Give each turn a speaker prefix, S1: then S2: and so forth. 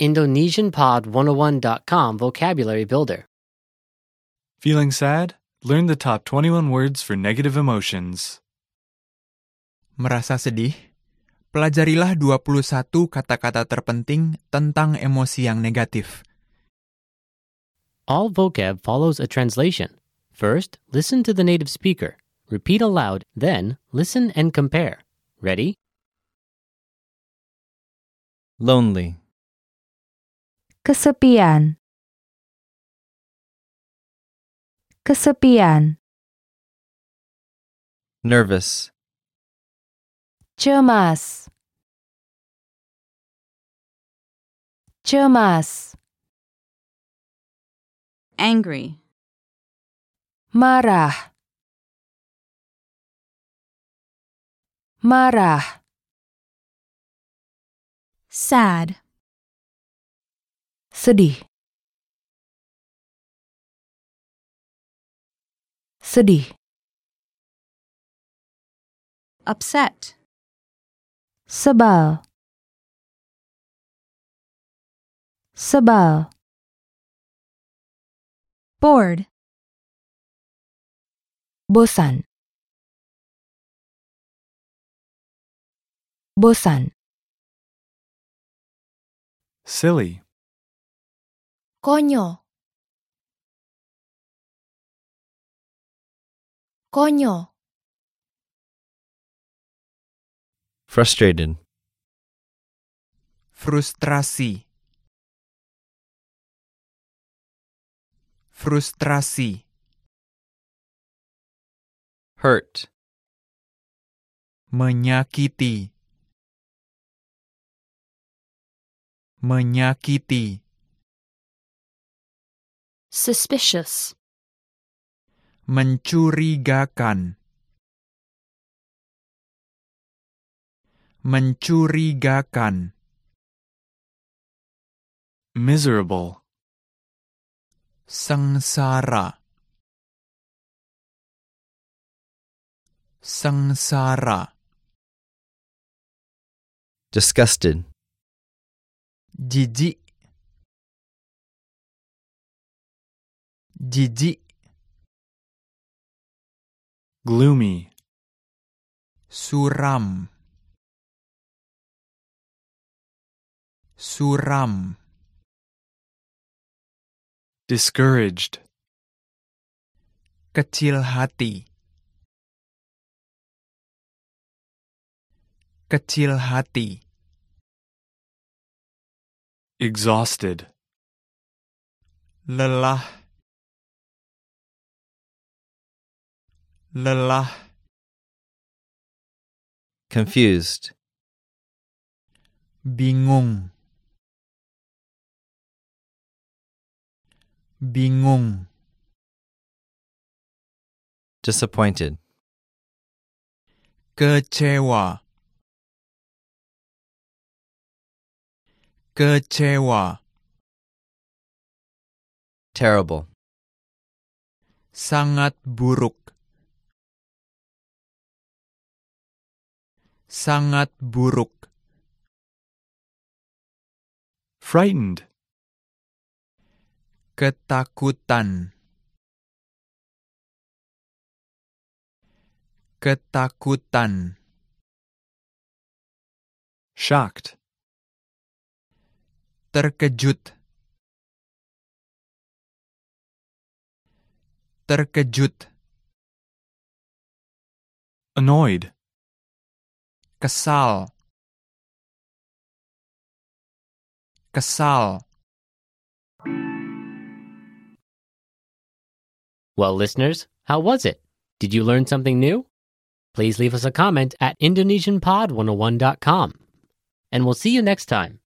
S1: IndonesianPod101.com Vocabulary Builder.
S2: Feeling sad? Learn the top 21 words for negative emotions.
S3: Merasa sedih? Pelajarilah 21 kata-kata terpenting tentang emosi yang negatif.
S1: All vocab follows a translation. First, listen to the native speaker. Repeat aloud, then, listen and compare. Ready?
S4: lonely,
S5: kesepian, kesepian,
S4: nervous,
S5: cemas, cemas,
S6: angry,
S5: marah, marah,
S6: sad,
S5: sedih, sedih,
S6: upset,
S5: sebal, sebal,
S6: bored,
S5: bosan, bosan.
S2: Silly,
S7: Coño. Coño.
S4: frustrated,
S3: Frustrasi. Frustrasi.
S4: hurt,
S3: Menyakiti. Menyakiti.
S7: Suspicious.
S3: Mencurigakan. Mencurigakan.
S2: miserable,
S3: Sengsara. Sengsara.
S4: disgusted,
S3: Jijik. Jijik.
S2: gloomy,
S3: Suram. Suram.
S2: discouraged,
S3: Kecil hati. Kecil hati.
S2: exhausted,
S3: Lelah. Lelah.
S4: confused,
S3: Bingung. Bingung.
S4: disappointed,
S3: Kecewa. Kecewa.
S4: terrible,
S3: Sangat buruk. Sangat buruk.
S2: frightened,
S3: Ketakutan. Ketakutan.
S2: shocked,
S3: Terkejut. Terkejut.
S2: annoyed,
S3: Kesal. Kesal.
S1: Well, listeners, how was it? Did you learn something new? oh Please leave us a comment at IndonesianPod101.com. And we'll see you next time.